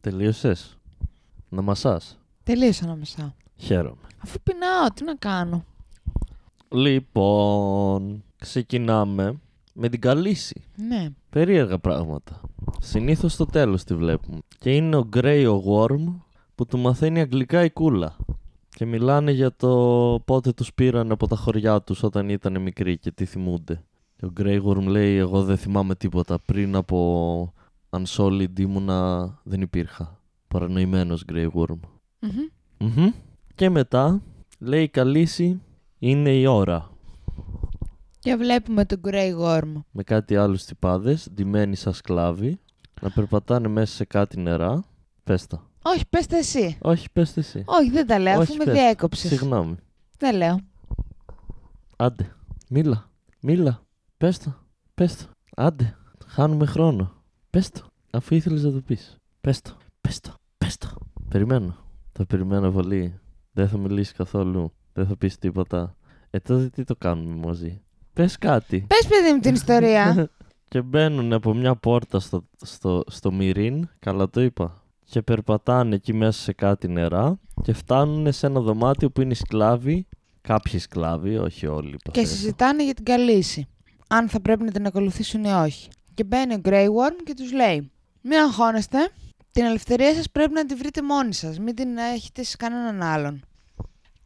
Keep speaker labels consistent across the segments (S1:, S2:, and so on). S1: Τελείωσες. Να μασάς.
S2: Τελείωσα να μεσά.
S1: Χαίρομαι.
S2: Αφού πεινάω, τι να κάνω.
S1: Λοιπόν, ξεκινάμε με την καλύση.
S2: Ναι.
S1: Περίεργα πράγματα. Συνήθως στο τέλος τη βλέπουμε. Και είναι ο Grey ο Worm που του μαθαίνει αγγλικά η κούλα. Και μιλάνε για το πότε τους πήραν από τα χωριά τους όταν ήταν μικροί και τι θυμούνται. Και ο Grey Worm λέει: Εγώ δεν θυμάμαι τίποτα. Πριν από Unsolid ήμουνα δεν υπήρχα. Παρανοημένος Grey Worm.
S2: Μμμ.
S1: Μμμ. Και μετά λέει: Καλύση είναι η ώρα.
S2: Και βλέπουμε τον Grey Worm.
S1: με κάτι άλλους τυπάδες, ντυμένοι σαν σκλάβοι, να περπατάνε μέσα σε κάτι νερά. Πες τα.
S2: Όχι, πες τα εσύ.
S1: Όχι, πες τα εσύ.
S2: Όχι, δεν τα λέω, αφού
S1: Όχι,
S2: με
S1: πες τα.
S2: διέκοψες.
S1: Συγγνώμη.
S2: Δεν λέω.
S1: Άντε. Μίλα. Μίλα. Πες τα. Πες τα. Άντε. Χάνουμε χρόνο. Πες το. Αφού ήθελες να το πεις. Πες το. Πες το. Πες το. Περιμένω. Θα περιμένω πολύ. Δεν θα μιλήσεις καθόλου. Δεν θα πεις τίποτα. Ε, τότε τι το κάνουμε μαζί. Πες κάτι.
S2: Πες παιδί μου την ιστορία.
S1: και μπαίνουν από μια πόρτα στο, στο, στο Μυρίν, καλά το είπα. Και περπατάνε εκεί μέσα σε κάτι νερά και φτάνουν σε ένα δωμάτιο που είναι οι σκλάβοι. Κάποιοι σκλάβοι, όχι όλοι.
S2: και
S1: υποθέτω.
S2: συζητάνε για την καλύση. Αν θα πρέπει να την ακολουθήσουν ή όχι. Και μπαίνει ο Grey Worm και τους λέει «Μην αγχώνεστε, την ελευθερία σας πρέπει να τη βρείτε μόνοι σας, μην την έχετε σε κανέναν άλλον».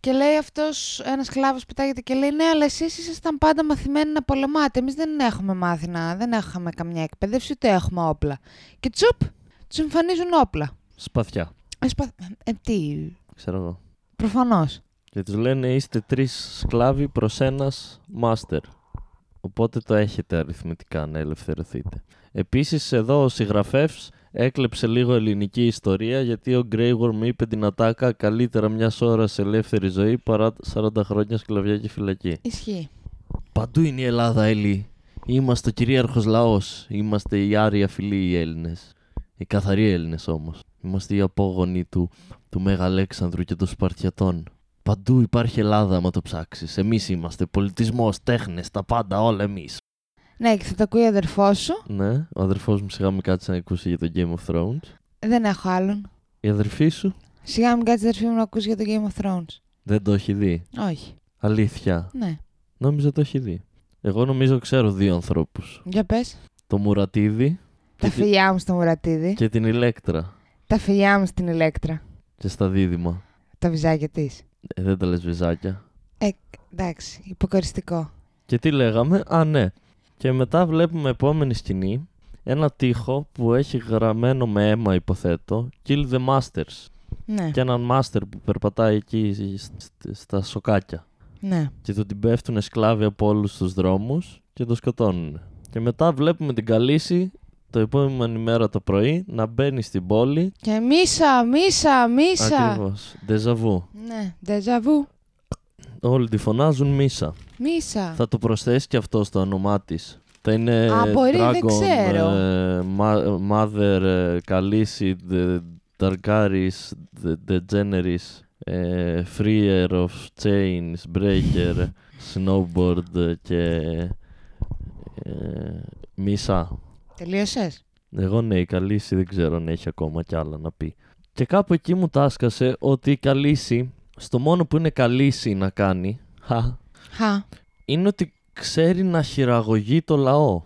S2: Και λέει αυτός, ένας σκλάβος πετάγεται και λέει «Ναι, αλλά εσείς ήσασταν πάντα μαθημένοι να πολεμάτε, εμείς δεν έχουμε μάθει να, δεν έχαμε καμιά εκπαίδευση, ούτε έχουμε όπλα». Και τσουπ, τους εμφανίζουν όπλα.
S1: Σπαθιά,
S2: Ε, σπα- ε, τι,
S1: ξέρω εγώ.
S2: προφανώς.
S1: Και τους λένε είστε τρεις σκλάβοι προς ένας μάστερ. Οπότε το έχετε αριθμητικά να ελευθερωθείτε. Επίσης, εδώ ο συγγραφέα έκλεψε λίγο ελληνική ιστορία γιατί ο Grey Worm είπε την ατάκα καλύτερα μια ώρα σε ελεύθερη ζωή παρά 40 χρόνια σκλαβιά και φυλακή.
S2: Ισχύει.
S1: Παντού είναι η Ελλάδα, Έλλη. Είμαστε ο κυρίαρχος λαός. Είμαστε οι άρια φιλοί οι Έλληνες. Οι καθαροί Έλληνες όμως. Είμαστε οι απόγονοι του, του Μέγα Αλέξανδρου και των Σπαρτιατών. Παντού υπάρχει Ελλάδα, άμα το ψάξεις. Εμείς είμαστε. Πολιτισμός, τέχνες, τα πάντα, όλα εμείς.
S2: Ναι, και θα τα ακούει ο αδερφός σου.
S1: Ναι, ο αδερφός μου σιγά μην κάτσε να ακούσει για το Game of Thrones.
S2: Δεν έχω άλλον.
S1: Η αδερφή σου
S2: Σιγά μην κάτσει αδερφή μου να ακούσει για το Game of Thrones.
S1: δεν το έχει δει.
S2: Όχι.
S1: Αλήθεια.
S2: Ναι.
S1: Νόμιζα το έχει δει. Εγώ νομίζω ξέρω δύο ανθρώπους.
S2: Για πες.
S1: Το Μουρατίδη
S2: Τα
S1: και, τη-
S2: φιλιά μου στο Μουρατίδη.
S1: και την Ηλέκτρα.
S2: Τα φιλιά μου στην Ηλέκτρα.
S1: Και στα δίδυμα.
S2: Τα βυζάκια της.
S1: Ε, δεν τα λες βυζάκια.
S2: Εντάξει, υποκαριστικό.
S1: Και τι λέγαμε, α ναι. Και μετά βλέπουμε επόμενη σκηνή, ένα τοίχο που έχει γραμμένο με αίμα υποθέτω, Kill the Masters.
S2: Ναι.
S1: Και έναν master που περπατάει εκεί σ- σ- στα σοκάκια.
S2: Ναι.
S1: Και του την πέφτουν σκλάβοι από όλους τους δρόμους και το σκοτώνουν. Και μετά βλέπουμε την Καλύση το επόμενη μέρα το πρωί να μπαίνει στην πόλη.
S2: Και μίσα, μίσα, μίσα.
S1: Ακριβώς. Ντεζαβού.
S2: Ναι. Ντεζαβού.
S1: Όλοι τη φωνάζουν Μίσα.
S2: Μίσα.
S1: Θα το προσθέσει και αυτό στο όνομά της. Θα είναι
S2: Α, μπορεί,
S1: Dragon,
S2: δεν ξέρω.
S1: ε, Ma- Mother, ε, Khaleesi, the Targaris, the Degeneris, ε, Freer of Chains, Breaker, Snowboard ε, και ε, Μίσα.
S2: Τελείωσες.
S1: Εγώ ναι, η Καλύση δεν ξέρω αν έχει ακόμα κι άλλα να πει. Και κάπου εκεί μου τάσκασε ότι η Καλύση, στο μόνο που είναι Καλύση να κάνει, χα,
S2: Χα.
S1: είναι ότι ξέρει να χειραγωγεί το λαό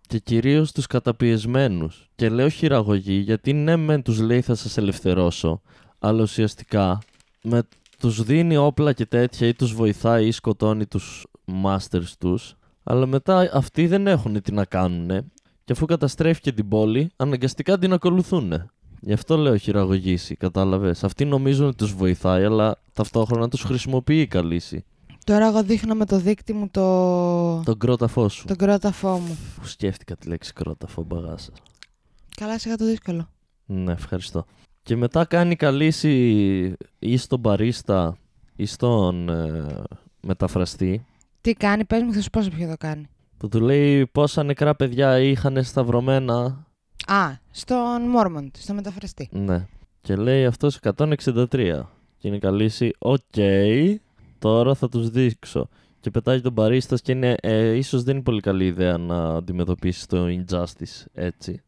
S1: και κυρίως τους καταπιεσμένους. Και λέω χειραγωγή γιατί ναι μεν τους λέει θα σας ελευθερώσω, αλλά ουσιαστικά με τους δίνει όπλα και τέτοια ή τους βοηθάει ή σκοτώνει τους μάστερς τους, αλλά μετά αυτοί δεν έχουν τι να κάνουνε και αφού καταστρέφει και την πόλη αναγκαστικά την ακολουθούνε. Γι' αυτό λέω χειραγωγήσει, κατάλαβες. Αυτοί νομίζουν ότι τους βοηθάει, αλλά ταυτόχρονα τους χρησιμοποιεί η καλύση.
S2: Τώρα εγώ δείχνω με το δίκτυ μου το.
S1: Τον κρόταφό σου.
S2: τον κρόταφό μου.
S1: Που σκέφτηκα τη λέξη κρόταφο, μπαγάς σας.
S2: Καλά, σιγά το δύσκολο.
S1: Ναι, ευχαριστώ. Και μετά κάνει καλύση ή στον παρίστα ή στον ε, μεταφραστή
S2: Τι κάνει, πες μου, θα σου πω σε ποιο το κάνει.
S1: που του λέει πόσα νεκρά παιδιά είχαν σταυρωμένα.
S2: Α, στον Μόρμοντ, στο μεταφραστή.
S1: Ναι. Και λέει αυτός 163. Και είναι καλύση, οκ, τώρα θα τους δείξω. Και πετάει τον παρίστα και είναι, ε, ίσως δεν είναι πολύ καλή ιδέα να αντιμετωπίσεις το injustice έτσι.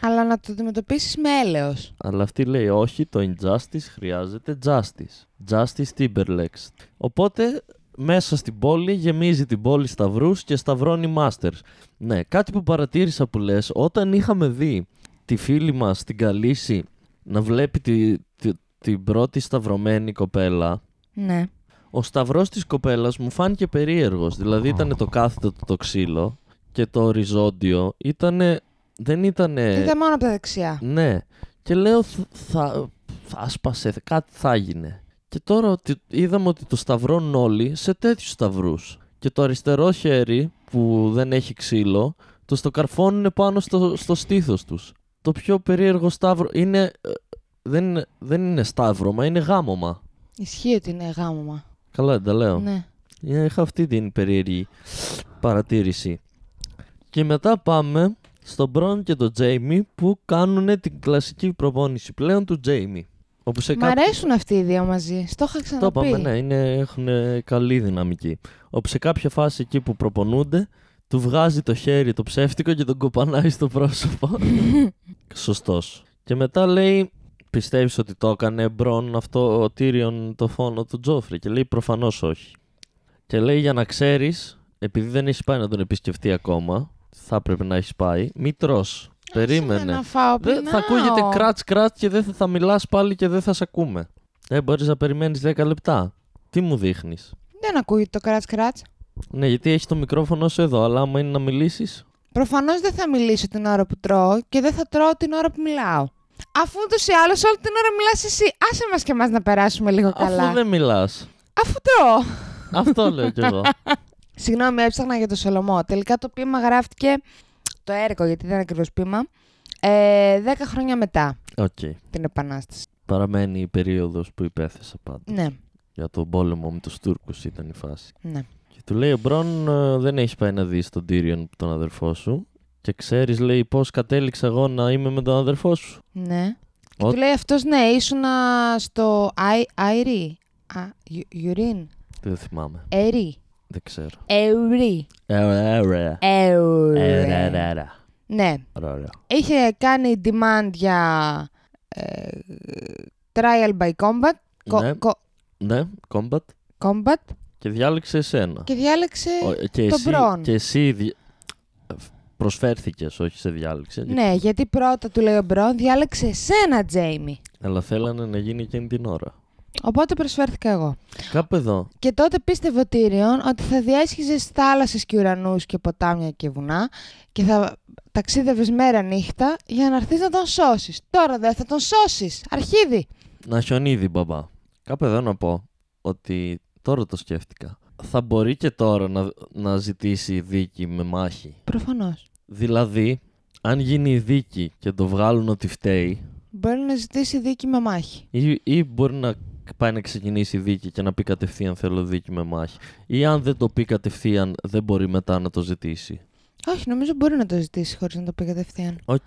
S2: Αλλά να το αντιμετωπίσεις με έλεος.
S1: Αλλά αυτή λέει όχι, το injustice χρειάζεται justice. Justice Timberlakes. Οπότε μέσα στην πόλη γεμίζει την πόλη σταυρούς και σταυρώνει masters. Ναι, κάτι που παρατήρησα που λες, όταν είχαμε δει τη φίλη μας την Καλύση να βλέπει τη, τη- την πρώτη σταυρωμένη κοπέλα,
S2: Ναι.
S1: ο σταυρός της κοπέλας μου φάνηκε περίεργος. Δηλαδή ήταν το κάθετο το ξύλο και το οριζόντιο ήτανε... Δεν ήτανε...
S2: Ήταν μόνο από τα δεξιά.
S1: Ναι. Και λέω, θ- θα, θα άσπασε, κάτι θα έγινε. Και τώρα ότι είδαμε ότι το σταυρώνουν όλοι σε τέτοιους σταυρούς. Και το αριστερό χέρι που δεν έχει ξύλο, το στοκαρφώνουν πάνω στο, στο στήθος τους. Το πιο περίεργο σταύρο είναι, ε, δεν, είναι- δεν είναι σταύρωμα, είναι γάμωμα.
S2: Ισχύει ότι είναι γάμωμα.
S1: Καλά δεν τα λέω.
S2: Ναι.
S1: Ε, Είχα αυτή την περίεργη παρατήρηση. Και μετά πάμε στον Μπρόν και τον Τζέιμι που κάνουν την κλασική προπόνηση πλέον του Τζέιμι. Όπου σε
S2: Μ' αρέσουν αυτοί οι δύο μαζί. Στο είχα
S1: Το
S2: ξαναπεί.
S1: είπαμε, ναι, είναι, έχουν καλή δυναμική. Όπου σε κάποια φάση εκεί που προπονούνται, του βγάζει το χέρι το ψεύτικο και τον κοπανάει στο πρόσωπο. Σωστός. Και μετά λέει, πιστεύεις ότι το έκανε Μπρόν αυτό ο Τύριον το φόνο του Τζόφρι. Και λέει προφανώς όχι. Και λέει για να ξέρεις, επειδή δεν έχει πάει να τον επισκεφτεί ακόμα, θα έπρεπε να έχεις πάει, μη τρως.
S2: Άσε με
S1: Περίμενε.
S2: Να φάω,
S1: Δεν θα
S2: πεινάω.
S1: ακούγεται κράτ κράτ και δεν θα, θα μιλάς πάλι και δεν θα σε ακούμε. Ε, μπορείς να περιμένεις 10 λεπτά. Τι μου δείχνεις.
S2: Δεν ακούγεται το κράτ κράτ.
S1: Ναι, γιατί έχει το μικρόφωνο σου εδώ, αλλά άμα είναι να μιλήσεις.
S2: Προφανώς δεν θα μιλήσω την ώρα που τρώω και δεν θα τρώω την ώρα που μιλάω. Αφού ούτως ή άλλως όλη την ώρα μιλάς εσύ, άσε μας και εμάς να περάσουμε λίγο καλά.
S1: Αφού δεν μιλάς.
S2: Αφού τρώω.
S1: Αυτό λέω κι εγώ.
S2: Συγγνώμη, έψαχνα για το Σολομό. Τελικά το ποίημα γράφτηκε. Το έργο, γιατί δεν είναι ακριβώς ποίημα. Ε, δέκα χρόνια μετά
S1: Οκ.
S2: την Επανάσταση.
S1: Παραμένει η περίοδος που υπέθεσα πάντα.
S2: Ναι,
S1: Για τον πόλεμο με τους Τούρκους ήταν η φάση.
S2: ναι.
S1: Και του λέει ο Μπρόν, «Ε, δεν έχεις πάει να δεις τον Τύριον, τον αδερφό σου. Και ξέρεις, λέει, πώς κατέληξα εγώ να είμαι με τον αδερφό σου.
S2: ναι. Και
S1: Ο-
S2: του λέει αυτός, ναι, ήσουν στο Αϊ- Αϊρή. Α, Ιου- Ιουρίν.
S1: Δεν θυμάμαι.
S2: Ερή.
S1: Δεν ξέρω.
S2: Εουρή.
S1: Ε, ε, ε, ε.
S2: Εουρή.
S1: Ε, ρε, ρε, ρε.
S2: Ναι.
S1: Ρε, ρε.
S2: Είχε κάνει demand για ε, trial by combat. κο-
S1: Ναι.
S2: κο-
S1: Ναι, combat.
S2: combat
S1: Και διάλεξε εσένα.
S2: και διάλεξε.
S1: Ο- ε, και,
S2: τον
S1: εσύ,
S2: Μπρον.
S1: και εσύ δι... προσφέρθηκες, όχι σε διάλεξε.
S2: Ναι, γιατί πρώτα του λέει ο Μπρόν, διάλεξε εσένα, Τζέιμι.
S1: Αλλά θέλανε να γίνει εκείνη την ώρα.
S2: Οπότε προσφέρθηκα εγώ.
S1: Κάπου εδώ.
S2: Και τότε πίστευε ο Τύριον ότι θα διέσχιζε θάλασσες και ουρανούς και ποτάμια και βουνά και θα ταξίδευες μέρα νύχτα για να έρθεις να τον σώσεις. Τώρα δεν θα τον σώσεις, αρχίδι.
S1: Να χιονίδι, μπαμπά. Κάπου εδώ να πω ότι τώρα το σκέφτηκα. Θα μπορεί και τώρα να, να ζητήσει δίκη με μάχη.
S2: Προφανώς.
S1: Δηλαδή, αν γίνει η δίκη και το βγάλουν ότι φταίει,
S2: Μπορεί να ζητήσει δίκη με μάχη.
S1: Ή, ή μπορεί να πάει να ξεκινήσει η δίκη και να πει κατευθείαν θέλω δίκη με μάχη. Ή αν δεν το πει κατευθείαν δεν μπορεί μετά να το ζητήσει.
S2: Όχι, νομίζω μπορεί να το ζητήσει χωρίς να το πει κατευθείαν.
S1: Οκ.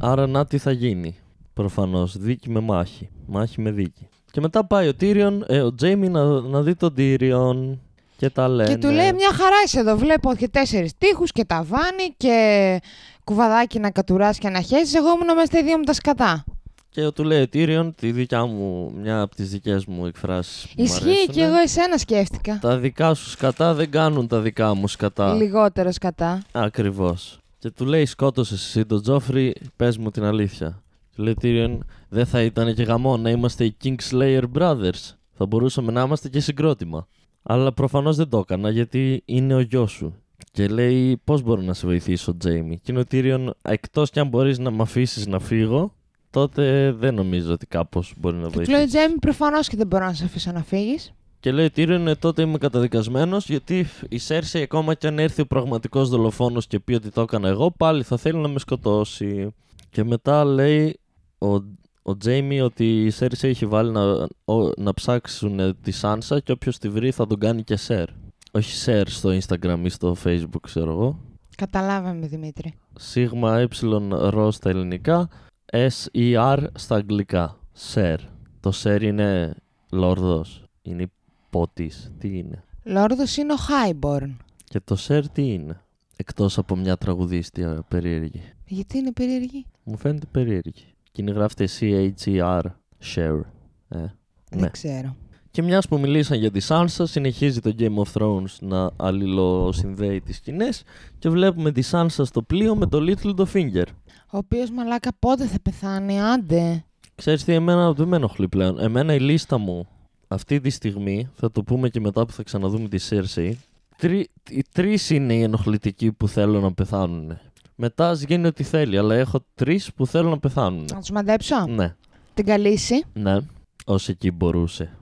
S1: Άρα να τι θα γίνει. Προφανώς. Δίκη με μάχη. Μάχη με δίκη. Και μετά πάει ο Τύριον, ε, ο Τζέιμι να, να δει τον Τύριον και τα λένε.
S2: Και του λέει μια χαρά είσαι εδώ. Βλέπω και τέσσερις τείχους και ταβάνι και κουβαδάκι να κατουράς και να χέζει. Εγώ ήμουν μέσα στα δύο μου τα σκατά.
S1: Και του λέει ο Τύριον τη δικιά μου, μια από τις δικές μου εκφράσεις που μου
S2: Ισχύει
S1: αρέσουνε.
S2: και εγώ εσένα σκέφτηκα.
S1: Τα δικά σου σκατά δεν κάνουν τα δικά μου σκατά.
S2: Λιγότερο σκατά.
S1: Ακριβώς. Και του λέει: Σκότωσες εσύ τον Τζόφρι, πες μου την αλήθεια. Του λέει Τίριον, δεν θα ήταν και γαμό να είμαστε οι Kingslayer Brothers. Θα μπορούσαμε να είμαστε και συγκρότημα. Αλλά προφανώς δεν το έκανα γιατί είναι ο γιος σου. Και λέει: Πώς μπορώ να σε βοηθήσω, Τζέιμι. Και είναι ο Τίριον, εκτός κι αν μπορείς να με αφήσεις να φύγω, τότε δεν νομίζω ότι κάπως μπορεί να
S2: Και του
S1: βοηθήσει.
S2: λέει Τζέμι, προφανώς και δεν μπορώ να σε αφήσω να φύγεις.
S1: Και λέει Τίριον, «Ε, τότε είμαι καταδικασμένος γιατί η Σέρση, ακόμα κι αν έρθει ο πραγματικός δολοφόνος και πει ότι το έκανα εγώ, πάλι θα θέλει να με σκοτώσει. Και μετά λέει ο, ο Τζέιμι ότι η Σέρση έχει βάλει να, ο- να ψάξουν τη Σάνσα και όποιος τη βρει θα τον κάνει και Σερ. Όχι Σερ στο Instagram ή στο Facebook, ξέρω εγώ.
S2: Καταλάβαμε, Δημήτρη.
S1: Σίγμα ε ρος στα ελληνικά, S-E-R στα αγγλικά. Σερ. Το Σερ είναι λόρδος, είναι υπότης. Τι είναι.
S2: Λόρδος είναι ο Χάιμπορν.
S1: Και το Σερ τι είναι. Εκτός από μια τραγουδίστρια περίεργη.
S2: Γιατί είναι περίεργη.
S1: Μου φαίνεται περίεργη. Και είναι γράφεται E C-H-E-R. Share. Ε. Ναι.
S2: Δεν ξέρω.
S1: Και μιας που μιλήσαν για τη Sansa, συνεχίζει το Game of Thrones να αλληλοσυνδέει τις σκηνές και βλέπουμε τη Sansa στο πλοίο με το Littlefinger.
S2: Ο οποίος μαλάκα πότε θα πεθάνει,
S1: Ναι.
S2: άντε.
S1: Ξέρεις τι, εμένα δεν με ενοχλεί πλέον. Εμένα η λίστα μου αυτή τη στιγμή, θα το πούμε και μετά που θα ξαναδούμε τη Cersei, τρι, οι τρεις είναι οι ενοχλητικοί που θέλω να πεθάνουν. Μετά ας γίνει ό,τι θέλει, αλλά έχω τρεις που θέλω να πεθάνουν.
S2: Να τους μαντέψω.
S1: Ναι,
S2: Την καλύση.
S1: ναι, όσο εκεί μπορούσε.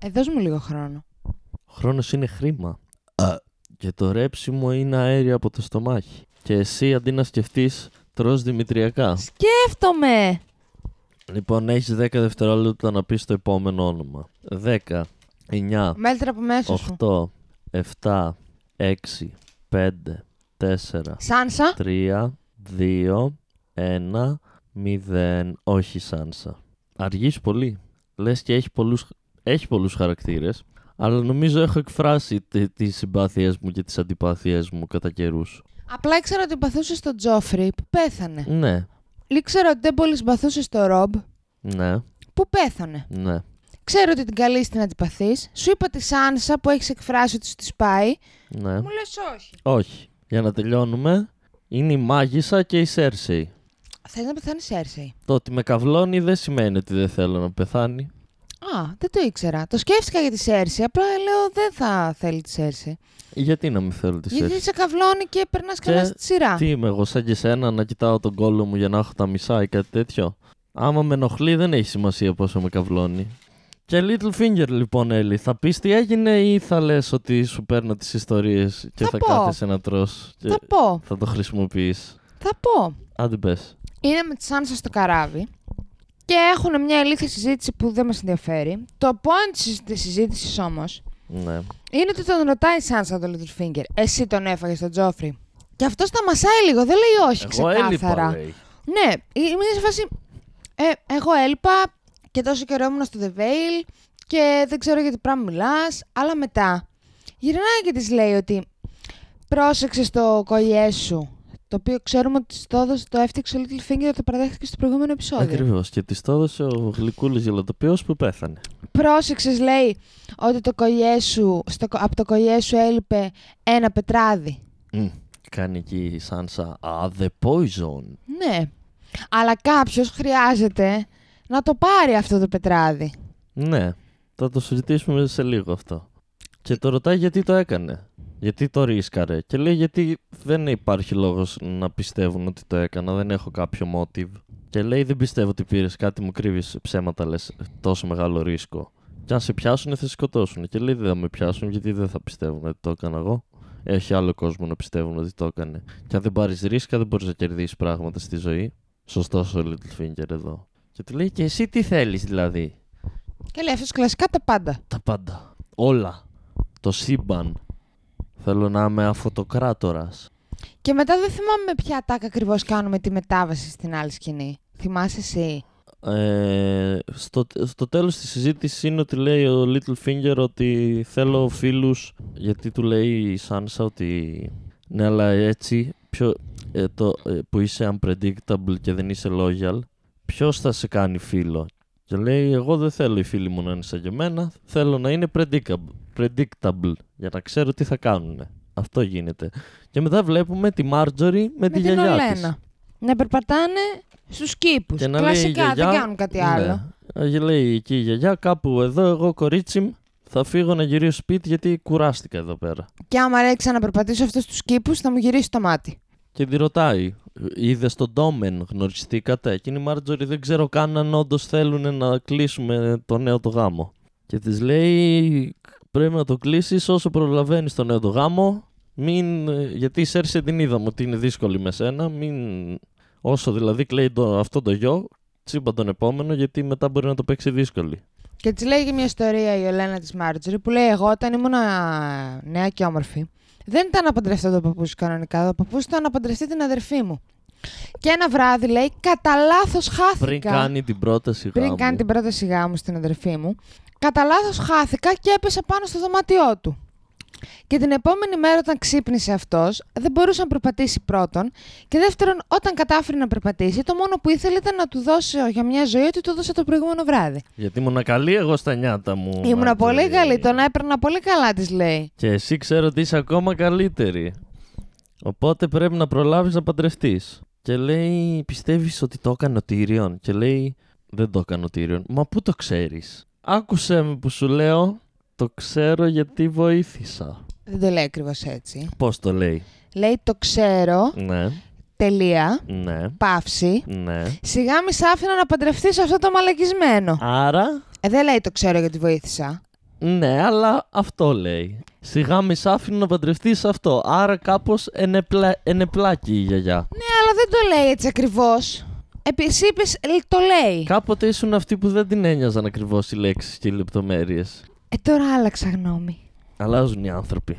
S2: Ε, δώσ' μου λίγο χρόνο.
S1: Ο χρόνος είναι χρήμα. Και το ρέψιμο είναι αέριο από το στομάχι. Και εσύ αντί να σκεφτείς, τρως δημητριακά.
S2: Σκέφτομαι!
S1: Λοιπόν, έχεις 10 δευτερόλεπτα να πεις το επόμενο όνομα. 10, 9,
S2: Μέλτρα από μέσα σου.
S1: 8, 7, 6, 5, 4,
S2: Σάνσα.
S1: 3, 2, 1, 0. Όχι, Σάνσα. Αργείς πολύ. Λες και έχει πολλούς, έχει πολλούς χαρακτήρες. Αλλά νομίζω έχω εκφράσει τι- τις συμπάθειές μου και τις αντιπάθειές μου κατά καιρούς.
S2: Απλά ήξερα ότι παθούσες τον Τζόφρι που πέθανε.
S1: Ναι,
S2: Ήξερα ότι δεν πολύ συμπαθούσε τον Ρομπ
S1: ναι,
S2: που πέθανε.
S1: ναι.
S2: Ξέρω ότι την καλεί την αντιπαθείς. Σου είπα τη Σάνσα που έχεις εκφράσει ότι σου της πάει.
S1: Ναι.
S2: Μου λες όχι.
S1: Όχι. Για να τελειώνουμε, είναι η Μάγισσα και η Σέρσεϊ.
S2: Θες να πεθάνεις Σέρσεϊ.
S1: Το ότι με καβλώνει δεν σημαίνει ότι δεν θέλω να πεθάνει.
S2: Α, δεν το ήξερα. Το σκέφτηκα για τη Σέρση. Απλά λέω δεν θα θέλει τη Σέρση.
S1: Γιατί να μην θέλω τη
S2: Γιατί
S1: Σέρσεϊ.
S2: σε καβλώνει και περνάς καλά στη σειρά.
S1: Τι είμαι εγώ, σαν και σένα, να κοιτάω τον κόλλο μου για να έχω τα μισά ή κάτι τέτοιο. Άμα με ενοχλεί, δεν έχει σημασία πόσο με καβλώνει. Και Littlefinger λοιπόν, Έλλη, θα πεις τι έγινε ή θα λες ότι σου παίρνω τις ιστορίες και
S2: Θα
S1: θα,
S2: πω.
S1: κάθεσαι να τρως και
S2: Θα πω.
S1: θα το χρησιμοποιείς.
S2: Θα πω.
S1: Άντε πες.
S2: Είναι με τη Σάνσα στο καράβι και έχουν μια ηλίθια συζήτηση που δεν μας ενδιαφέρει. Το point της συζήτησης όμως
S1: Ναι.
S2: είναι ότι τον ρωτάει η Σάνσα τον Littlefinger. Εσύ τον έφαγες τον Τζόφρι. Και αυτός τα μασάει λίγο, δεν λέει όχι
S1: Εγώ έλειπα,
S2: ξεκάθαρα.
S1: λέει.
S2: Ναι, είμαι σε φάση. Ε, εγώ έλειπα και τόσο καιρό ήμουν στο The Veil και δεν ξέρω γιατί πράγμα μιλάς. Αλλά μετά γυρνάει και της λέει ότι πρόσεξε το κολλιέ σου. Το οποίο ξέρουμε ότι της το έδωσε, το έφτιαξε ο Littlefinger, το παραδέχτηκε στο προηγούμενο επεισόδιο.
S1: Ακριβώς. Και της το έδωσε ο γλυκούλης γελοτοπίο που πέθανε.
S2: Πρόσεξες, λέει, ότι το κολλιέ σου, στο, κο- από το κολλιέ σου έλειπε ένα πετράδι.
S1: Μμ. Κάνει εκεί η Σάνσα Α, the poison.
S2: Ναι. Αλλά κάποιος χρειάζεται να το πάρει αυτό το πετράδι.
S1: Ναι, θα το συζητήσουμε σε λίγο αυτό. Και το ρωτάει γιατί το έκανε. Γιατί το ρίσκαρε. Και λέει γιατί δεν υπάρχει λόγος να πιστεύουν ότι το έκανα. Δεν έχω κάποιο motive. Και λέει δεν πιστεύω ότι πήρες κάτι, μου κρύβεις ψέματα λες τόσο μεγάλο ρίσκο. Και αν σε πιάσουν θα σε σκοτώσουν. Και λέει δεν θα με πιάσουν γιατί δεν θα πιστεύουν ότι το έκανα εγώ. Έχει άλλο κόσμο να πιστεύουν ότι το έκανε. Και αν δεν πάρεις ρίσκα δεν μπορείς να κερδίσεις πράγματα στη ζωή. Σωστός ο Littlefinger εδώ. Και του λέει και εσύ τι θέλεις δηλαδή.
S2: Και λέει αυτός κλασικά τα πάντα.
S1: Τα πάντα. Όλα. Το σύμπαν. Θέλω να είμαι αφωτοκράτορας.
S2: Και μετά δεν θυμάμαι με ποια τάκα ακριβώς κάνουμε τη μετάβαση στην άλλη σκηνή. Θυμάσαι εσύ.
S1: Ε, στο, στο τέλος της συζήτησης είναι ότι λέει ο Littlefinger ότι θέλω φίλους γιατί του λέει η Sansa ότι ναι αλλά έτσι πιο, ε, το, ε, που είσαι unpredictable και δεν είσαι loyal ποιος θα σε κάνει φίλο και λέει εγώ δεν θέλω οι φίλοι μου να είναι σαν και εμένα θέλω να είναι predictable, predictable για να ξέρω τι θα κάνουν αυτό γίνεται και μετά βλέπουμε τη Marjorie με, τη
S2: με την
S1: γιαγιά της.
S2: Ολένα. Να περπατάνε στους κήπους.
S1: Και να λέει η
S2: Κλασικά, δεν
S1: γιαγιά,
S2: κάνουν κάτι άλλο.
S1: Ναι. Ε, Λέει εκεί η γιαγιά, κάπου εδώ, εγώ κορίτσι μου, θα φύγω να γυρίσω σπίτι γιατί κουράστηκα εδώ πέρα.
S2: Και άμα ρε ξαναπερπατήσω αυτούς τους κήπους, θα μου γυρίσει το μάτι.
S1: Και τη ρωτάει, είδες τον Ντόμεν, γνωριστήκατε. Εκείνη η Μάρτζορι δεν ξέρω καν αν όντως θέλουν να κλείσουμε το νέο το γάμο. Και της λέει, πρέπει να το κλείσεις όσο προλαβαίνεις το νέο το γάμο. Μην, γιατί η Σέρσε την είδαμε ότι είναι δύσκολη με σένα. Μην, όσο δηλαδή κλαίει το, αυτό το γιο, τσίμπα τον επόμενο, γιατί μετά μπορεί να το παίξει δύσκολη.
S2: Και της λέει και μια ιστορία η Ολένα της Μάρτζορη που λέει: Εγώ όταν ήμουν α, νέα και όμορφη, δεν ήταν να παντρευτώ τον παππούς κανονικά. Το παππούς ήταν να παντρευτεί την αδερφή μου. Και ένα βράδυ λέει: Κατά λάθος χάθηκα.
S1: Πριν κάνει την πρόταση
S2: πριν
S1: γάμου.
S2: κάνει την πρώτη σιγά μου στην αδερφή μου, κατά λάθος χάθηκα και έπεσα πάνω στο δωμάτιό του. Και την επόμενη μέρα όταν ξύπνησε αυτός, δεν μπορούσε να περπατήσει πρώτον και δεύτερον όταν κατάφερε να περπατήσει, το μόνο που ήθελε ήταν να του δώσω για μια ζωή ότι του δώσα το προηγούμενο βράδυ.
S1: Γιατί ήμουν καλή εγώ στα νιάτα μου.
S2: Ήμουνα
S1: Μάκη.
S2: πολύ καλή, τον έπαιρνα πολύ καλά της λέει.
S1: Και εσύ ξέρω ότι είσαι ακόμα καλύτερη. Οπότε πρέπει να προλάβεις να παντρευτείς. Και λέει, πιστεύεις ότι το έκανε ο Τύριον. Και λέει, δεν το έκανε ο Τύριον. Μα πού το ξέρεις. Άκουσέ με που σου λέω, το ξέρω γιατί βοήθησα.
S2: Δεν το λέει ακριβώς έτσι.
S1: Πώς το λέει.
S2: Λέει το ξέρω,
S1: Ναι,
S2: τελεία,
S1: ναι,
S2: παύση.
S1: ναι.
S2: Σιγά μη σ' άφηνα να παντρευτείς σε αυτό το μαλακισμένο.
S1: Άρα,
S2: Ε, δεν λέει το ξέρω γιατί βοήθησα.
S1: ναι, αλλά αυτό λέει. Σιγά μη σ' άφηνε να παντρευτείς αυτό. Άρα κάπως ενεπλα... ενεπλάκη η γιαγιά.
S2: Ναι, αλλά δεν το λέει έτσι ακριβώς. Επίσης είπες, το λέει.
S1: Κάποτε ήσουν αυτοί που δεν την ένοιαζαν ακριβώς οι λέξεις και οι λεπτομέρειες.
S2: Ε, τώρα άλλαξα γνώμη.
S1: Αλλάζουν οι άνθρωποι.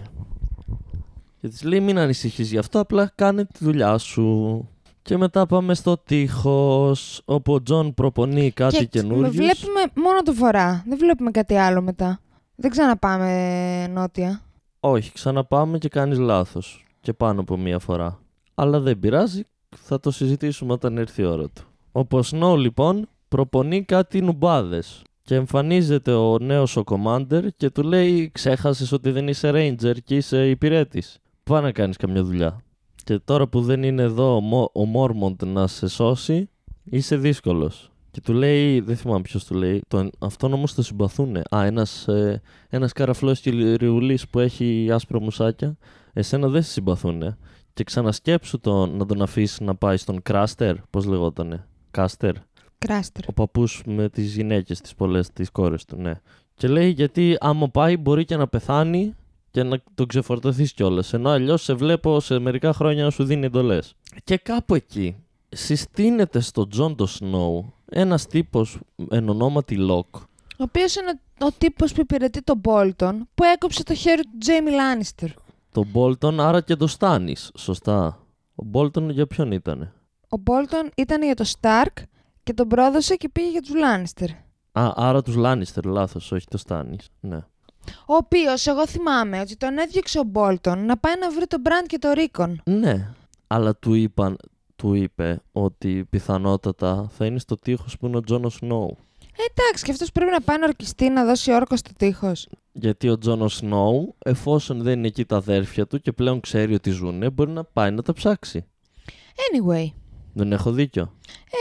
S1: Και της λέει: Μην ανησυχείς γι' αυτό, απλά κάνε τη δουλειά σου. Και μετά πάμε στο τείχος, όπου ο Τζον προπονεί κάτι καινούριο.
S2: Βλέπουμε μόνο το βορρά. Δεν βλέπουμε κάτι άλλο μετά. Δεν ξαναπάμε νότια.
S1: Όχι, ξαναπάμε και κάνεις λάθος. Και πάνω από μία φορά. Αλλά δεν πειράζει, θα το συζητήσουμε όταν έρθει η ώρα του. Ο Ποσνό λοιπόν προπονεί κάτι νουμπάδες. Και εμφανίζεται ο νέος ο Commander και του λέει: Ξέχασες ότι δεν είσαι Ranger και είσαι υπηρέτης. Πά να κάνεις καμιά δουλειά. Και τώρα που δεν είναι εδώ ο, Μο- ο Μόρμοντ να σε σώσει, είσαι δύσκολος. Και του λέει, δεν θυμάμαι ποιος του λέει, τον, αυτόν όμως το συμπαθούνε. Α, ένας ε, ένας καραφλός κυριουλή που έχει άσπρα μουσάκια, εσένα δεν σε συμπαθούνε. Και ξανασκέψου τον να τον αφήσεις να πάει στον Κράστερ, πώς λεγότανε. Κάστερ.
S2: Κράστερ.
S1: Ο παππούς με τις γυναίκες, τι πολλές, τις κόρες του, ναι. Και λέει γιατί άμα πάει μπορεί και να πεθάνει και να τον ξεφορτωθείς κιόλας. Ενώ αλλιώς σε βλέπω σε μερικά χρόνια να σου δίνει εντολές. Και κάπου εκεί συστήνεται στο Τζον το Σνόου ένας τύπος εν ονόματι Λοκ.
S2: Ο οποίος είναι ο, ο τύπος που υπηρετεί τον Μπόλτον που έκοψε το χέρι του Τζέιμι Λάνιστερ.
S1: Τον Μπόλτον, άρα και τον Στάνις. Σωστά. Ο Μπόλτον για ποιον ήτανε.
S2: Ο Μπόλτον ήταν για το Σταρκ και τον πρόδωσε και πήγε για τους Λάνιστερ.
S1: Α, άρα τους Λάνιστερ, λάθος, όχι το Στάνις. Ναι.
S2: Ο οποίος, εγώ θυμάμαι ότι τον έδιωξε ο Μπόλτον να πάει να βρει τον Μπραντ και τον Ρίκον.
S1: Ναι. Αλλά του, είπαν, του είπε ότι πιθανότατα θα είναι στο τείχος που είναι ο Τζόνος Σνόου.
S2: Εντάξει, και αυτός πρέπει να πάει να ορκιστεί να δώσει όρκο στο τείχος.
S1: Γιατί ο Τζόνος Σνόου, εφόσον δεν είναι εκεί τα αδέρφια του και πλέον ξέρει ότι ζουνε, μπορεί να πάει να τα ψάξει.
S2: Anyway,
S1: Δεν έχω δίκιο.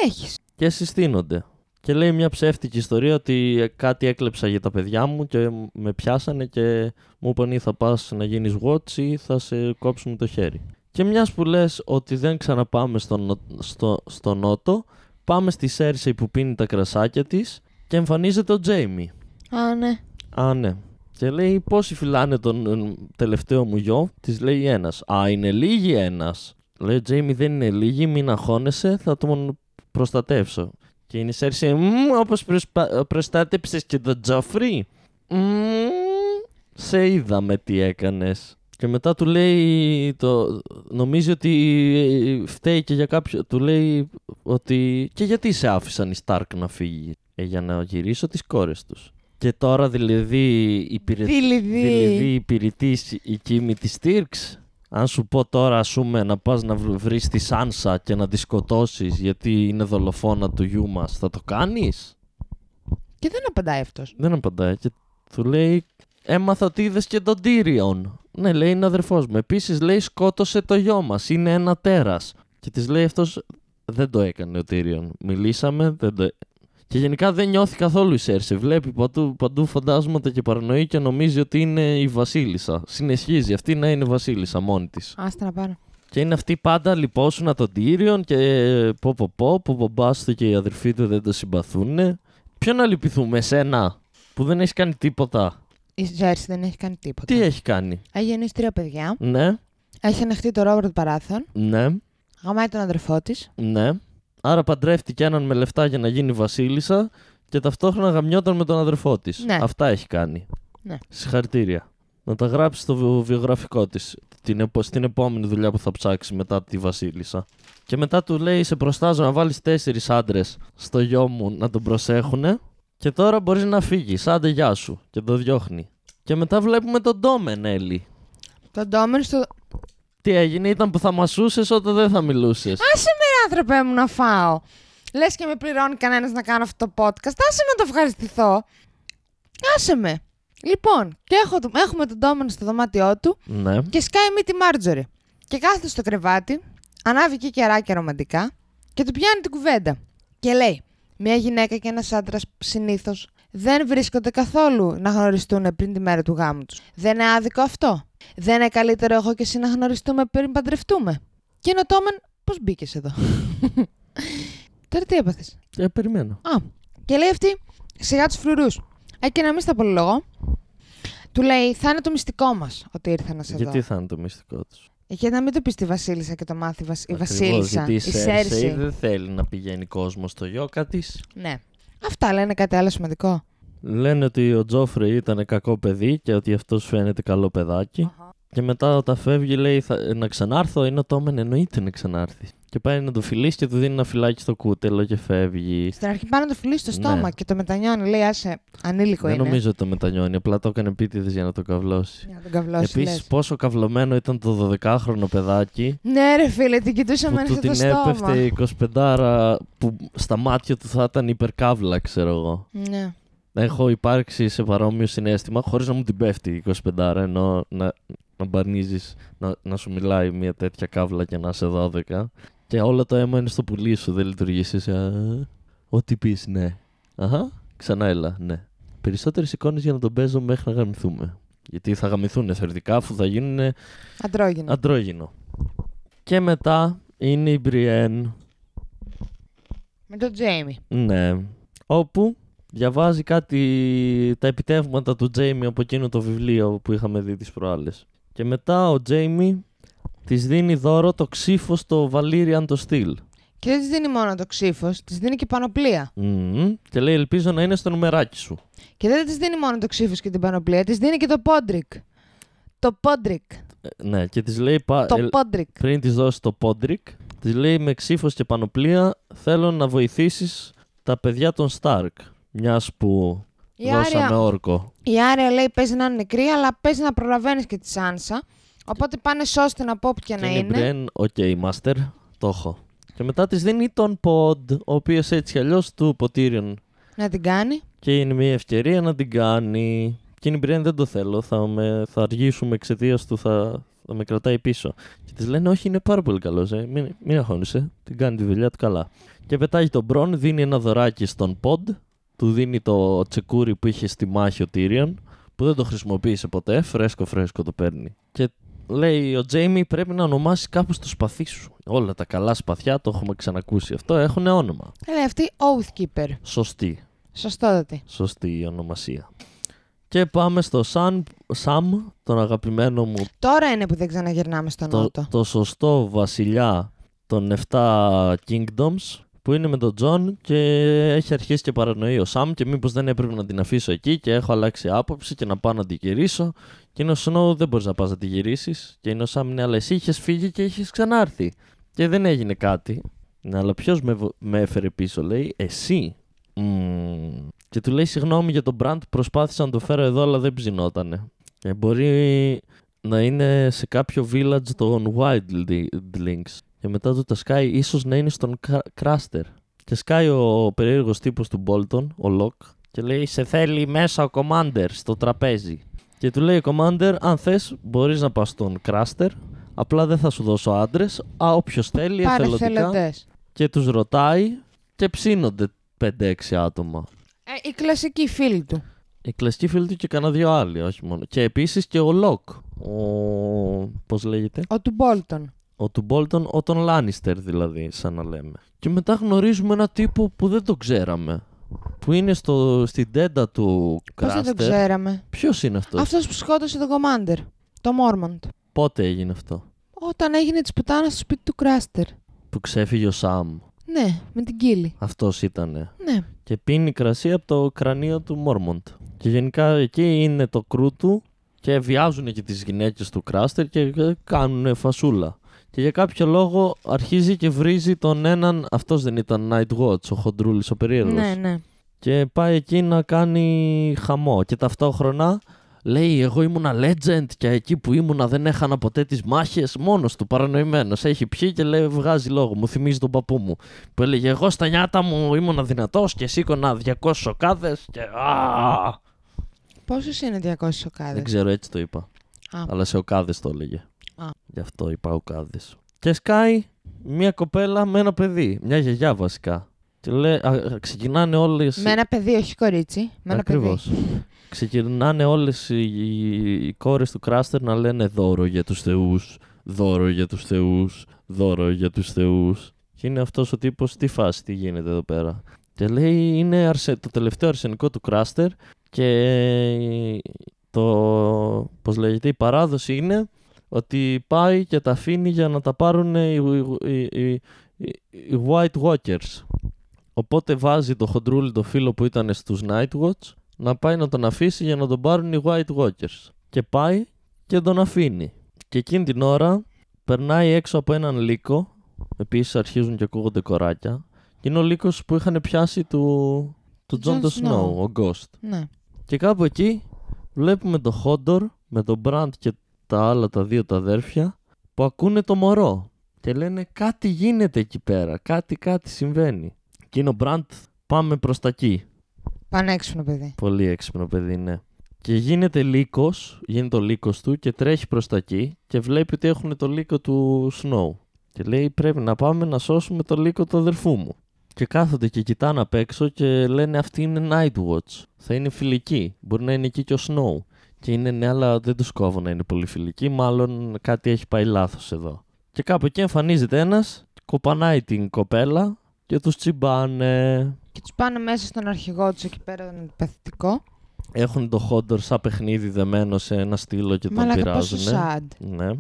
S2: έχεις.
S1: και συστήνονται. Και λέει μια ψεύτικη ιστορία ότι ε, κάτι έκλεψα για τα παιδιά μου και με πιάσανε και μου είπαν ή θα πας να γίνεις watch ή θα σε κόψουν το χέρι. Και μιας που λες ότι δεν ξαναπάμε στο, νο- στο, στο νότο, πάμε στη Σέρσεϊ που πίνει τα κρασάκια της και εμφανίζεται ο Τζέιμι.
S2: Α, ναι.
S1: Α, ναι. Και λέει πόσοι φυλάνε τον ε, τελευταίο μου γιο. Της λέει ένας. Α, είναι λίγοι ένας. Λέει Τζέιμι δεν είναι λίγοι, μην αγχώνεσαι, θα τον προστατεύσω. Και είναι η Σέρση, όπω προστάτεψες και τον Τζόφρι. Μμμ, σε είδαμε τι έκανες. Και μετά του λέει, το, νομίζει ότι ε, φταίει και για κάποιο, του λέει ότι και γιατί σε άφησαν οι Στάρκ να φύγει. Ε, για να γυρίσω τις κόρες τους. Και τώρα δηλαδή υπηρετεί
S2: Δηληδή.
S1: Δηλαδή υπηρετείς η κίνη τη Στήρξ. Αν σου πω τώρα, ας πούμε, να πας να βρ- βρεις τη Σάνσα και να τη σκοτώσεις γιατί είναι δολοφόνα του γιού μας, θα το κάνεις?
S2: Και δεν απαντάει αυτός.
S1: Δεν απαντάει και του λέει «Έμαθα ότι είδες και τον Τύριον». Ναι, λέει είναι αδερφός μου. Επίσης λέει σκότωσε το γιο μας, είναι ένα τέρας. Και της λέει αυτός δεν το έκανε ο Τύριον. Μιλήσαμε, δεν το... ε-». Και γενικά δεν νιώθει καθόλου η Σέρση. Βλέπει παντού, παντού φαντάσματα και παρανοεί και νομίζει ότι είναι η Βασίλισσα. Συνεχίζει αυτή να είναι Βασίλισσα μόνη της.
S2: Άστα να πάρω.
S1: Και είναι αυτή πάντα λυπόσουνα τον Τύριον και ε, πω πω πω, πω μπομπάς του και οι αδερφοί του δεν το συμπαθούν. Ποιο να λυπηθούμε, εσένα που δεν έχεις κάνει τίποτα.
S2: Η Τζέρση δεν έχει κάνει τίποτα.
S1: Τι έχει κάνει.
S2: Έχει γεννήσει τρία παιδιά.
S1: Ναι,
S2: Έχει ανεχτεί το Ρόμπερτ Παράθων.
S1: ναι,
S2: Γαμάει τον αδερφό της.
S1: ναι. Άρα παντρεύτηκε έναν με λεφτά για να γίνει βασίλισσα και ταυτόχρονα γαμιόταν με τον αδερφό της.
S2: Ναι.
S1: Αυτά έχει κάνει.
S2: Ναι.
S1: Συγχαρητήρια. Να τα γράψει στο βιο- βιογραφικό της. Την, επο- στην επόμενη δουλειά που θα ψάξει μετά τη Βασίλισσα. Και μετά του λέει: Σε προστάζω να βάλεις τέσσερις άντρες στο γιο μου να τον προσέχουνε. Και τώρα μπορείς να φύγεις. Άντε, γεια σου. Και το διώχνει. Και μετά βλέπουμε τον Ντόμεν, Έλλη.
S2: Το ντόμεν στο... Ε,
S1: Τι έγινε, ήταν που θα μασούσες όταν δεν θα μιλούσες.
S2: Άσε με ρε, άνθρωπε μου να φάω. Λες και με πληρώνει κανένας να κάνω αυτό το podcast. Άσε να το ευχαριστηθώ. Άσε με. Λοιπόν, και έχω, το- έχουμε τον ντόμεν στο δωμάτιό του
S1: Ναι.
S2: και σκάει με τη Μάρτζορη. Και κάθεται στο κρεβάτι, ανάβει και κεράκια ρομαντικά και του πιάνει την κουβέντα. Και λέει: Μια γυναίκα και ένας άντρας συνήθως δεν βρίσκονται καθόλου να γνωριστούν πριν τη μέρα του γάμου τους. Δεν είναι άδικο αυτό. Δεν είναι καλύτερο εγώ και εσύ να γνωριστούμε πριν παντρευτούμε. Και είναι ο Τόμεν, πώς μπήκες εδώ. Τώρα τι έπαθες.
S1: Ε, περιμένω.
S2: Α, και λέει αυτή, σιγά τους φρουρούς. Α, και να μην στα πολυλογώ. Του λέει, θα είναι το μυστικό μας ότι ήρθα να σε δω.
S1: Γιατί θα είναι το μυστικό τους.
S2: Για να μην το πεις στη Βασίλισσα και το μάθει η Βασ- η Βασίλισσα.
S1: Γιατί η Σέρσεϊ
S2: Σέρση.
S1: δεν θέλει να πηγαίνει κόσμο στο γιόκα τη.
S2: Ναι. Αυτά λένε κάτι άλλο σημαντικό.
S1: Λένε ότι ο Τζόφρι ήταν κακό παιδί και ότι αυτός φαίνεται καλό παιδάκι. Και μετά όταν φεύγει λέει θα, ε, να ξανάρθω, είναι ο Τόμεν εννοείται να ξανάρθεις. Και πάει να το φιλήσει και του δίνει ένα φυλάκι στο κούτελο και φεύγει.
S2: Στην αρχή πάνε να το φιλήσει στο
S1: Ναι.
S2: στόμα και το μετανιώνει. Λέει, άσε, ανήλικο
S1: δεν
S2: είναι.
S1: νομίζω ότι το μετανιώνει, απλά το έκανε επίτηδες για να το καυλώσει.
S2: Για να τον καυλώσει.
S1: Επίσης,
S2: λες.
S1: πόσο καυλωμένο ήταν το 12χρονο παιδάκι
S2: Ναι, ρε φίλε, την κοιτούσα
S1: που
S2: μέσα
S1: του
S2: στο
S1: την
S2: στόμα.
S1: έπεφτε η 25 που στα μάτια του θα ήταν υπερκαύλα, ξέρω εγώ.
S2: Ναι.
S1: Έχω υπάρξει σε παρόμοιο συνέστημα χωρίς να μου την πέφτει η 25 ενώ να, να μπανίζεις, να, να σου μιλάει μια τέτοια καύλα και να είσαι 12. Και όλο το αίμα είναι στο πουλί σου, δεν λειτουργήσει. Ό,τι πεις, ναι. Αχα, ξανά έλα, ναι. Περισσότερες εικόνες για να τον παίζω μέχρι να γαμηθούμε. Γιατί θα γαμηθούν θεωρητικά αφού θα γίνουν
S2: Αντρόγινο.
S1: αντρόγινο. Και μετά είναι η Μπριέν,
S2: Με τον Τζέιμι.
S1: ναι. Όπου διαβάζει κάτι τα επιτεύγματα του Τζέιμι από εκείνο το βιβλίο που είχαμε δει τις προάλλες. Και μετά ο Τζέιμι της δίνει δώρο το ξύφος στο Valyrian το στυλ.
S2: Και δεν της δίνει μόνο το ξύφος, της δίνει και πανοπλία.
S1: Μμμ. Και λέει ελπίζω να είναι στο νομεράκι σου.
S2: Και δεν της δίνει μόνο το ξύφος και την πανοπλία, της δίνει και το πόντρικ. Το πόντρικ.
S1: Ε, ναι και της λέει πα- ε,
S2: Το πόντρικ.
S1: πριν της δώσει το πόντρικ της λέει με ξύφος και πανοπλία θέλω να βοηθήσεις τα παιδιά των Σταρκ. Μιας που
S2: Η
S1: δώσαμε
S2: Άρια
S1: όρκο.
S2: Η Άρια λέει παίζει να είναι νεκρή, αλλά παίζει να προλαβαίνεις και τη Σάνσα. Οπότε πάνε σώστε να πω και να
S1: Και
S2: είναι.
S1: Μπριέν, οκ, master, το έχω. Και μετά της δίνει τον Ποντ, ο οποίος έτσι κι αλλιώς του ποτήριον.
S2: Να την κάνει.
S1: Και είναι μια ευκαιρία να την κάνει. Και η Μπριέν δεν το θέλω. Θα, με, θα αργήσουμε εξαιτίας του, θα, θα με κρατάει πίσω. Και της λένε: Όχι, είναι πάρα πολύ καλός. Ε. Μην, μην αγχώνεσαι. Την κάνει τη δουλειά του καλά. Και πετάει τον Μπρον, δίνει ένα δωράκι στον Ποντ. Του δίνει το τσεκούρι που είχε στη μάχη ο Τύριον, που δεν το χρησιμοποίησε ποτέ. Φρέσκο, φρέσκο το παίρνει. Και λέει ο Τζέιμι: Πρέπει να ονομάσει κάπως το σπαθί σου. Όλα τα καλά σπαθιά, το έχουμε ξανακούσει αυτό, έχουν όνομα.
S2: Ε, Λέει αυτή Oathkeeper.
S1: Σωστή.
S2: Σωστότατη.
S1: Σωστή η ονομασία. Και πάμε στο Σαν, Σαμ, τον αγαπημένο μου,
S2: Τώρα είναι που δεν ξαναγυρνάμε στον
S1: το,
S2: Νότο.
S1: το σωστό βασιλιά των 7 Kingdoms, που είναι με τον Τζον και έχει αρχίσει και παρανοεί ο Σαμ και μήπως δεν έπρεπε να την αφήσω εκεί και έχω αλλάξει άποψη και να πάω να την γυρίσω και είναι ο Σνόου δεν μπορείς να πας να την γυρίσεις και είναι ο Σαμ ναι αλλά εσύ είχες φύγει και είχες ξανάρθει και δεν έγινε κάτι ναι, αλλά ποιος με, βο- με έφερε πίσω, λέει, εσύ. Μμμ. Και του λέει συγγνώμη για τον Μπραντ, προσπάθησα να το φέρω εδώ, αλλά δεν ψινότανε. Ε, μπορεί να είναι σε κάποιο village των Wildlings. Και μετά του τα σκάει, ίσως να είναι στον Κρα- Κράστερ. Και σκάει ο περίεργος τύπος του Μπόλτον, ο Λοκ, και λέει: Σε θέλει μέσα ο Commander στο τραπέζι. Και του λέει ο Commander: Αν θες, μπορείς να πας στον Κράστερ. Απλά δεν θα σου δώσω άντρες. Α, όποιος θέλει,
S2: Πάνε
S1: εθελοντικά
S2: θελοντές.
S1: και τους ρωτάει και ψήνονται 5-6 άτομα.
S2: Ε, η κλασική φίλη του.
S1: Η κλασική φίλη του και κανένα δύο άλλοι, όχι μόνο. Και επίσης και ο Λοκ, ο... πώς λέγεται,
S2: Ο του Μπόλτον.
S1: ο του Μπόλτον, ο τον Λάνιστερ δηλαδή, σαν να λέμε. Και μετά γνωρίζουμε ένα τύπο που δεν το ξέραμε, που είναι στο, στην τέντα του
S2: Πώς δεν το
S1: Κράστερ.
S2: ξέραμε.
S1: Ποιος είναι αυτός,
S2: Αυτός που σκότωσε τον Κομάντερ. Το Μόρμοντ.
S1: πότε έγινε αυτό,
S2: Όταν έγινε τη πουτάνα στο σπίτι του Κράστερ.
S1: που ξέφυγε ο Σαμ,
S2: Ναι, με την κύλη.
S1: αυτός ήτανε.
S2: Ναι.
S1: και πίνει κρασί από το κρανίο του Μόρμοντ. Και γενικά εκεί είναι το κρού του και βιάζουν και τις γυναίκες του Κράστερ και κάνουν φασούλα. Και για κάποιο λόγο αρχίζει και βρίζει τον έναν, αυτός δεν ήταν Night Watch, ο Χοντρούλης ο περίεργος.
S2: Ναι, ναι.
S1: Και πάει εκεί να κάνει χαμό και ταυτόχρονα Λέει, εγώ ήμουνα legend και εκεί που ήμουνα δεν έχανα ποτέ τις μάχες. Μόνος του, παρανοημένος. Έχει πιει και λέει, βγάζει λόγο. Μου θυμίζει τον παππού μου. Που έλεγε, εγώ στα νιάτα μου ήμουνα δυνατός και σήκωνα 200 σοκάδες και... Α!
S2: Πόσο είναι 200 σοκάδε.
S1: Δεν ξέρω, έτσι το είπα.
S2: Α.
S1: Αλλά σε οκάδες το έλεγε.
S2: Α.
S1: Γι' αυτό είπα οκάδε. Και σκάει μια κοπέλα με ένα παιδί. Μια γιαγιά βασικά. Και λέει, α, ξεκινάνε όλες.
S2: Με ένα παιδί, όχι κορίτσι. Με ένα
S1: Ακριβώ.
S2: παιδί.
S1: Ξεκινάνε όλες οι, οι, οι κόρες του Κράστερ να λένε δώρο για τους Θεούς. Δώρο για τους Θεούς. Δώρο για τους Θεούς. Και είναι αυτός ο τύπος, τι φάση, τι γίνεται εδώ πέρα. Και λέει, είναι αρσε... το τελευταίο αρσενικό του Κράστερ και το, πώς λέγεται, η παράδοση είναι ότι πάει και τα αφήνει για να τα πάρουν οι, οι- οι- οι- οι White Walkers. Οπότε βάζει το χοντρούλι το φίλο που ήταν στους Nightwatch να πάει να τον αφήσει για να τον πάρουν οι White Walkers. Και πάει και τον αφήνει. Και εκείνη την ώρα περνάει έξω από έναν λύκο. Επίσης αρχίζουν και ακούγονται κοράκια. Και είναι ο λύκος που είχαν πιάσει του, του John,
S2: Τον
S1: το
S2: Snow.
S1: Snow, ο Ghost.
S2: Ναι.
S1: Και κάπου εκεί βλέπουμε τον Χόντορ με τον Μπραντ και τα άλλα τα δύο τα αδέρφια που ακούνε το μωρό και λένε κάτι γίνεται εκεί πέρα, κάτι κάτι συμβαίνει. Και είναι ο Μπραντ πάμε προς τα εκεί.
S2: Πανέξυπνο παιδί.
S1: Πολύ έξυπνο παιδί, ναι. Και γίνεται λύκος, γίνεται ο λύκος του και τρέχει προς τα εκεί και βλέπει ότι έχουν το λύκο του Snow. Και λέει πρέπει να πάμε να σώσουμε το λύκο του αδερφού μου. Και κάθονται και κοιτάνε απ' έξω και λένε αυτή είναι Nightwatch. Θα είναι φιλική. Μπορεί να είναι εκεί και ο Snow. Και είναι ναι, αλλά δεν τους κόβω να είναι πολύ φιλική. Μάλλον κάτι έχει πάει λάθος εδώ. Και κάπου εκεί εμφανίζεται ένας, κοπανάει την κοπέλα και τους τσιμπάνε.
S2: Και τους πάνε μέσα στον αρχηγό τους εκεί πέρα, τον παθητικό.
S1: Έχουν το Χόντορ σαν παιχνίδι δεμένο σε ένα στήλο και τον
S2: Μαλάκα πόσο
S1: πειράζουν.
S2: sad.
S1: Ναι.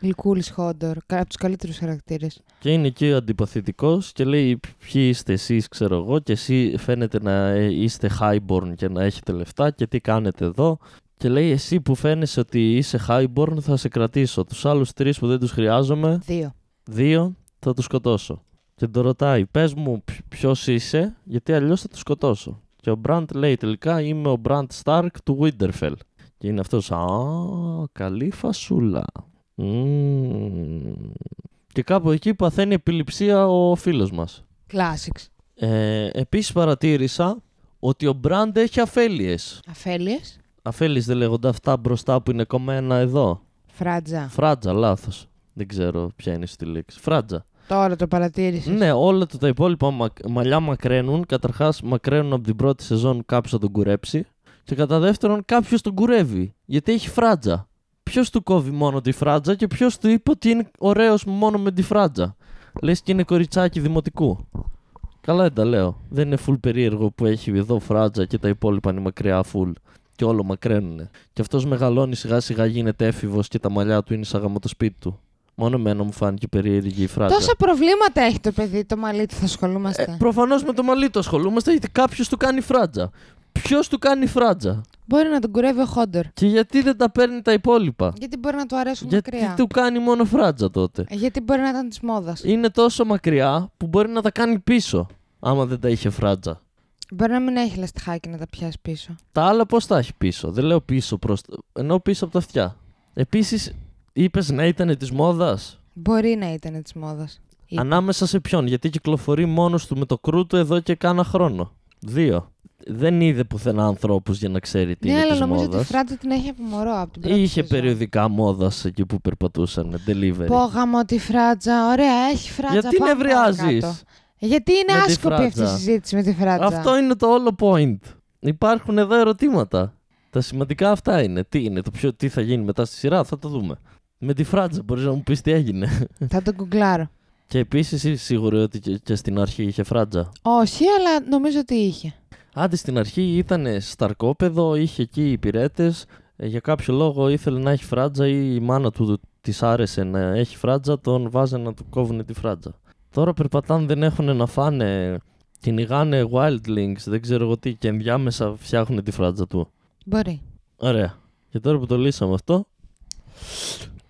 S2: Γλυκούλη Χόντορ, από τους καλύτερους χαρακτήρες.
S1: Και είναι εκεί ο αντιπαθητικός και λέει: Ποιοι είστε εσείς, ξέρω εγώ, και εσύ φαίνεται να ε, είστε highborn και να έχετε λεφτά και τι κάνετε εδώ. Και λέει: Εσύ που φαίνεσαι ότι είσαι highborn, θα σε κρατήσω. Τους άλλους τρεις που δεν τους χρειάζομαι,
S2: Δύο.
S1: δύο, θα τους σκοτώσω. Και τον ρωτάει: Πες μου ποιος είσαι, γιατί αλλιώς θα τους σκοτώσω. Και ο Μπραντ λέει: Τελικά είμαι ο Μπραντ Σταρκ του Winterfell. Και είναι αυτός. Α, καλή φασούλα. Μμμ. Και κάπου εκεί παθαίνει επιληψία ο φίλος μας.
S2: Classics.
S1: Ε, επίσης παρατήρησα ότι ο Μπραντ έχει αφέλειες.
S2: Αφέλειες.
S1: Αφέλειες δεν λέγονται αυτά μπροστά που είναι κομμένα εδώ.
S2: Φράτζα.
S1: Φράτζα, λάθος. Δεν ξέρω ποια είναι στη λέξη. Φράτζα.
S2: Τώρα το παρατήρησες.
S1: Ναι, όλα του τα υπόλοιπα μακ- μαλλιά μακραίνουν. Καταρχάς, μακραίνουν από την πρώτη σεζόν κάποιος θα τον κουρέψει. Και κατά δεύτερον, κάποιος τον κουρεύει. Γιατί έχει φράτζα. Ποιος του κόβει μόνο τη φράτζα και ποιος του είπε ότι είναι ωραίος μόνο με τη φράτζα. Λες και είναι κοριτσάκι δημοτικού. Καλά δεν τα λέω. Δεν είναι full περίεργο που έχει εδώ φράτζα και τα υπόλοιπα είναι μακριά full. Και όλο μακραίνουνε. Και αυτός μεγαλώνει σιγά σιγά, γίνεται έφηβος και τα μαλλιά του είναι σαν γαμό το σπίτι του. Μόνο εμένα μου φάνηκε περίεργη η φράτζα.
S2: Τόσα προβλήματα έχει το παιδί, το μαλλί του θα ασχολούμαστε.
S1: Ε, Προφανώς με το μαλλί του ασχολούμαστε γιατί κάποιος του κάνει φράτζα. Ποιος του κάνει φράτζα
S2: Μπορεί να τον κουρεύει ο Χόντορ.
S1: και γιατί δεν τα παίρνει τα υπόλοιπα.
S2: Γιατί μπορεί να του αρέσουν
S1: Γιατί
S2: μακριά.
S1: του κάνει μόνο φράτζα τότε.
S2: Ε, Γιατί μπορεί να ήταν της μόδας.
S1: Είναι τόσο μακριά που μπορεί να τα κάνει πίσω άμα δεν τα είχε φράτζα.
S2: Μπορεί να μην έχει λαστιχάκι να τα πιάσει πίσω.
S1: Τα άλλα πώς τα έχει πίσω. Δεν λέω πίσω προς... ενώ πίσω από τα αυτιά. ναι, Επίσης, είπες να ήταν της μόδας.
S2: Μπορεί να ήταν της μόδας. Είπε.
S1: Ανάμεσα σε ποιον, γιατί κυκλοφορεί μόνος του με το κρού του εδώ και κάνα χρόνο. Δύο. Δεν είδε πουθενά ανθρώπους για να ξέρει τι
S2: Ναι,
S1: είναι
S2: αλλά
S1: της
S2: νομίζω ότι η
S1: μόδας.
S2: φράτζα την έχει από μωρό από την πρώτη.
S1: Είχε
S2: σεζόν.
S1: περιοδικά μόδας εκεί που περπατούσαν. Delivery.
S2: Πω γαμώ τη φράτζα, ωραία, έχει φράτζα.
S1: Γιατί
S2: πάμε
S1: νευριάζεις.
S2: παρακάτω. Γιατί είναι
S1: Με τη
S2: άσκοπη αυτή η
S1: φράτζα.
S2: συζήτηση με τη φράτζα.
S1: Αυτό είναι το όλο point. Υπάρχουν εδώ ερωτήματα. Τα σημαντικά αυτά είναι. Τι είναι, το πιο, τι θα γίνει μετά στη σειρά, θα το δούμε. Με τη φράτζα μπορείς να μου πεις τι έγινε.
S2: Θα τον κουγκλάρω.
S1: Και επίσης είσαι σίγουρη ότι και, και στην αρχή είχε φράτζα.
S2: Όχι, αλλά νομίζω ότι είχε.
S1: Άντε στην αρχή ήταν σταρκόπεδο, είχε εκεί υπηρέτε. Για κάποιο λόγο ήθελε να έχει φράτζα ή η μάνα του της άρεσε να έχει φράτζα, τον βάζανε να του κόβουν τη φράτζα. Τώρα περπατάνε, δεν έχουν να φάνε. Κυνηγάνε wildlings, δεν ξέρω εγώ τι, και ενδιάμεσα φτιάχνουν τη φράτζα του.
S2: Μπορεί.
S1: Ωραία. Και τώρα που το λύσαμε αυτό,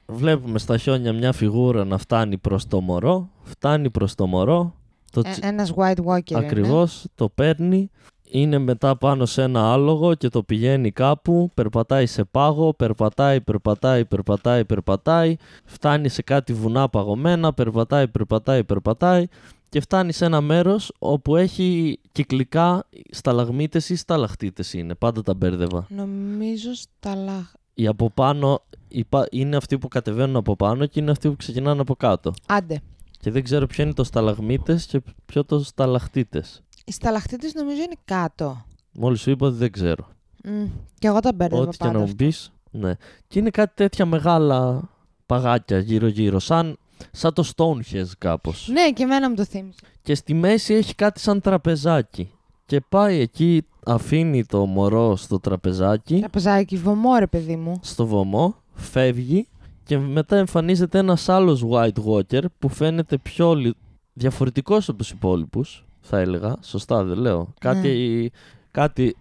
S1: βλέπουμε στα χιόνια μια φιγούρα να φτάνει προς το μωρό. Φτάνει προς το μωρό. Το, τσι-
S2: Ε. Ένας white walker. είναι.
S1: Ακριβώς, το παίρνει. είναι μετά πάνω σε ένα άλογο και το πηγαίνει κάπου, περπατάει σε πάγο, περπατάει, περπατάει, περπατάει, περπατάει, φτάνει σε κάτι βουνά παγωμένα, περπατάει, περπατάει, περπατάει και φτάνει σε ένα μέρος όπου έχει κυκλικά σταλαγμίτες ή σταλαχτίτες είναι, πάντα τα μπέρδευα.
S2: Νομίζω στα λαχ...
S1: Οι από πάνω υπα- είναι αυτοί που κατεβαίνουν από πάνω και είναι αυτοί που ξεκινάνε από κάτω.
S2: Άντε.
S1: Και δεν ξέρω ποιο είναι το σταλαγμίτες και ποιο το σταλαχτίτες.
S2: Οι σταλαχτίτες νομίζω είναι κάτω.
S1: Μόλις σου είπα ότι δεν ξέρω.
S2: Μμ, Και εγώ τα μπέρδευα
S1: Ό,τι και
S2: πάντα
S1: να μου
S2: αυτά.
S1: πει. Ναι. Και είναι κάτι τέτοια μεγάλα παγάκια γύρω-γύρω, σαν, σαν το Stonehenge κάπως.
S2: Ναι, και εμένα μου το θύμισε.
S1: Και στη μέση έχει κάτι σαν τραπεζάκι. Και πάει εκεί, αφήνει το μωρό στο τραπεζάκι,
S2: Τραπεζάκι, βωμό ρε παιδί μου.
S1: στο βωμό, φεύγει και μετά εμφανίζεται ένας άλλος White Walker που φαίνεται πιο λι- διαφορετικός από τους υπόλοιπους, θα έλεγα. Σωστά δεν λέω. Κάτι, κάτι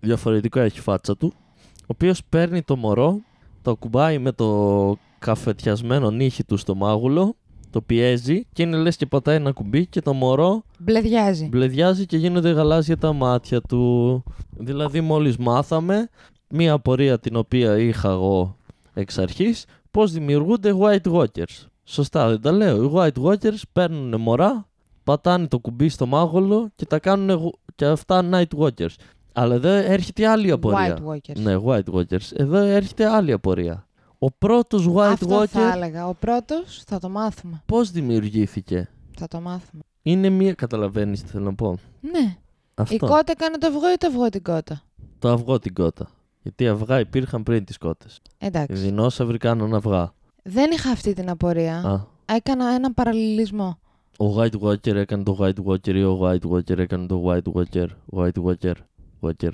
S1: διαφορετικό έχει η φάτσα του. Ο οποίος παίρνει το μωρό, το ακουμπάει με το καφετιασμένο νύχι του στο μάγουλο, το πιέζει και είναι λες και πατάει ένα κουμπί και το μωρό
S2: Μπλεδιάζει.
S1: Μπλεδιάζει και γίνονται γαλάζια τα μάτια του. Δηλαδή μόλις μάθαμε μία απορία την οποία είχα εγώ εξ αρχής πώς δημιουργούνται White Walkers. Σωστά δεν τα λέω. Οι White Walkers παίρνουν μωρά, πατάνε το κουμπί στο μάγολο και τα κάνουν γου- και αυτά Night Walkers. Αλλά εδώ έρχεται η άλλη απορία.
S2: White Walkers.
S1: Ναι, White Walkers. Εδώ έρχεται άλλη απορία. Ο πρώτος White
S2: Αυτό θα
S1: Walker
S2: έλεγα. Ο πρώτος θα το μάθουμε.
S1: πώς δημιουργήθηκε.
S2: Θα το μάθουμε.
S1: Είναι μία, καταλαβαίνεις τι θέλω να πω.
S2: Ναι.
S1: Αυτό.
S2: Η κότα έκανε το αυγό ή το αυγό την κότα.
S1: Το αυγό την κότα. Γιατί αυγά υπήρχαν πριν τις κότες. Οι
S2: Εντάξει.
S1: δεινόσαυροι κάνουν αυγά.
S2: Δεν είχα αυτή την απορία.
S1: Α,
S2: Έκανα έναν παραλληλισμό.
S1: ο White Walker έκανε το White Walker ή ο White Walker έκανε το White Walker. White Walker. Walker.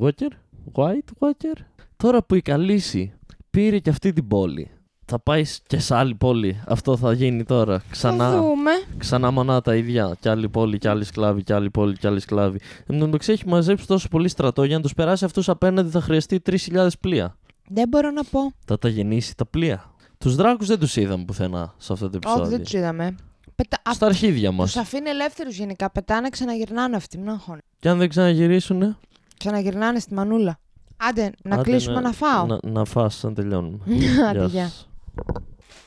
S1: Walker. White Walker. Τώρα που η Καλύση πήρε και αυτή την πόλη. Θα πάει σ- και σε άλλη πόλη. Αυτό θα γίνει τώρα.
S2: Θα
S1: Ξανά,
S2: δούμε.
S1: ξανά μονά τα ίδια. Κι άλλη πόλη, κι άλλη σκλάβη, κι άλλη πόλη, κι άλλη σκλάβη. Εν τω μεταξύ έχει μαζέψει τόσο πολύ στρατό για να τους περάσει αυτούς απέναντι θα χρειαστεί 3.000 πλοία.
S2: Δεν μπορώ να πω.
S1: Θα τα γεννήσει τα πλοία. Τους δράκους δεν τους είδαμε πουθενά σε αυτό το
S2: Όχι, δεν
S1: επεισόδιο.
S2: τους είδαμε. Πετα...
S1: Στα αρχίδια μας.
S2: Τους αφήνει ελεύθερους γενικά. Πετάνε, ξαναγυρνάνε αυτοί. Μην αγχώνε.
S1: Και αν δεν ξαναγυρίσουνε.
S2: Ξαναγυρνάνε στη μανούλα. Άντε, να
S1: άντε ναι.
S2: κλείσουμε να φάω.
S1: Να, να φας, να τελειώνουμε.
S2: Άντε, γεια.
S1: σας.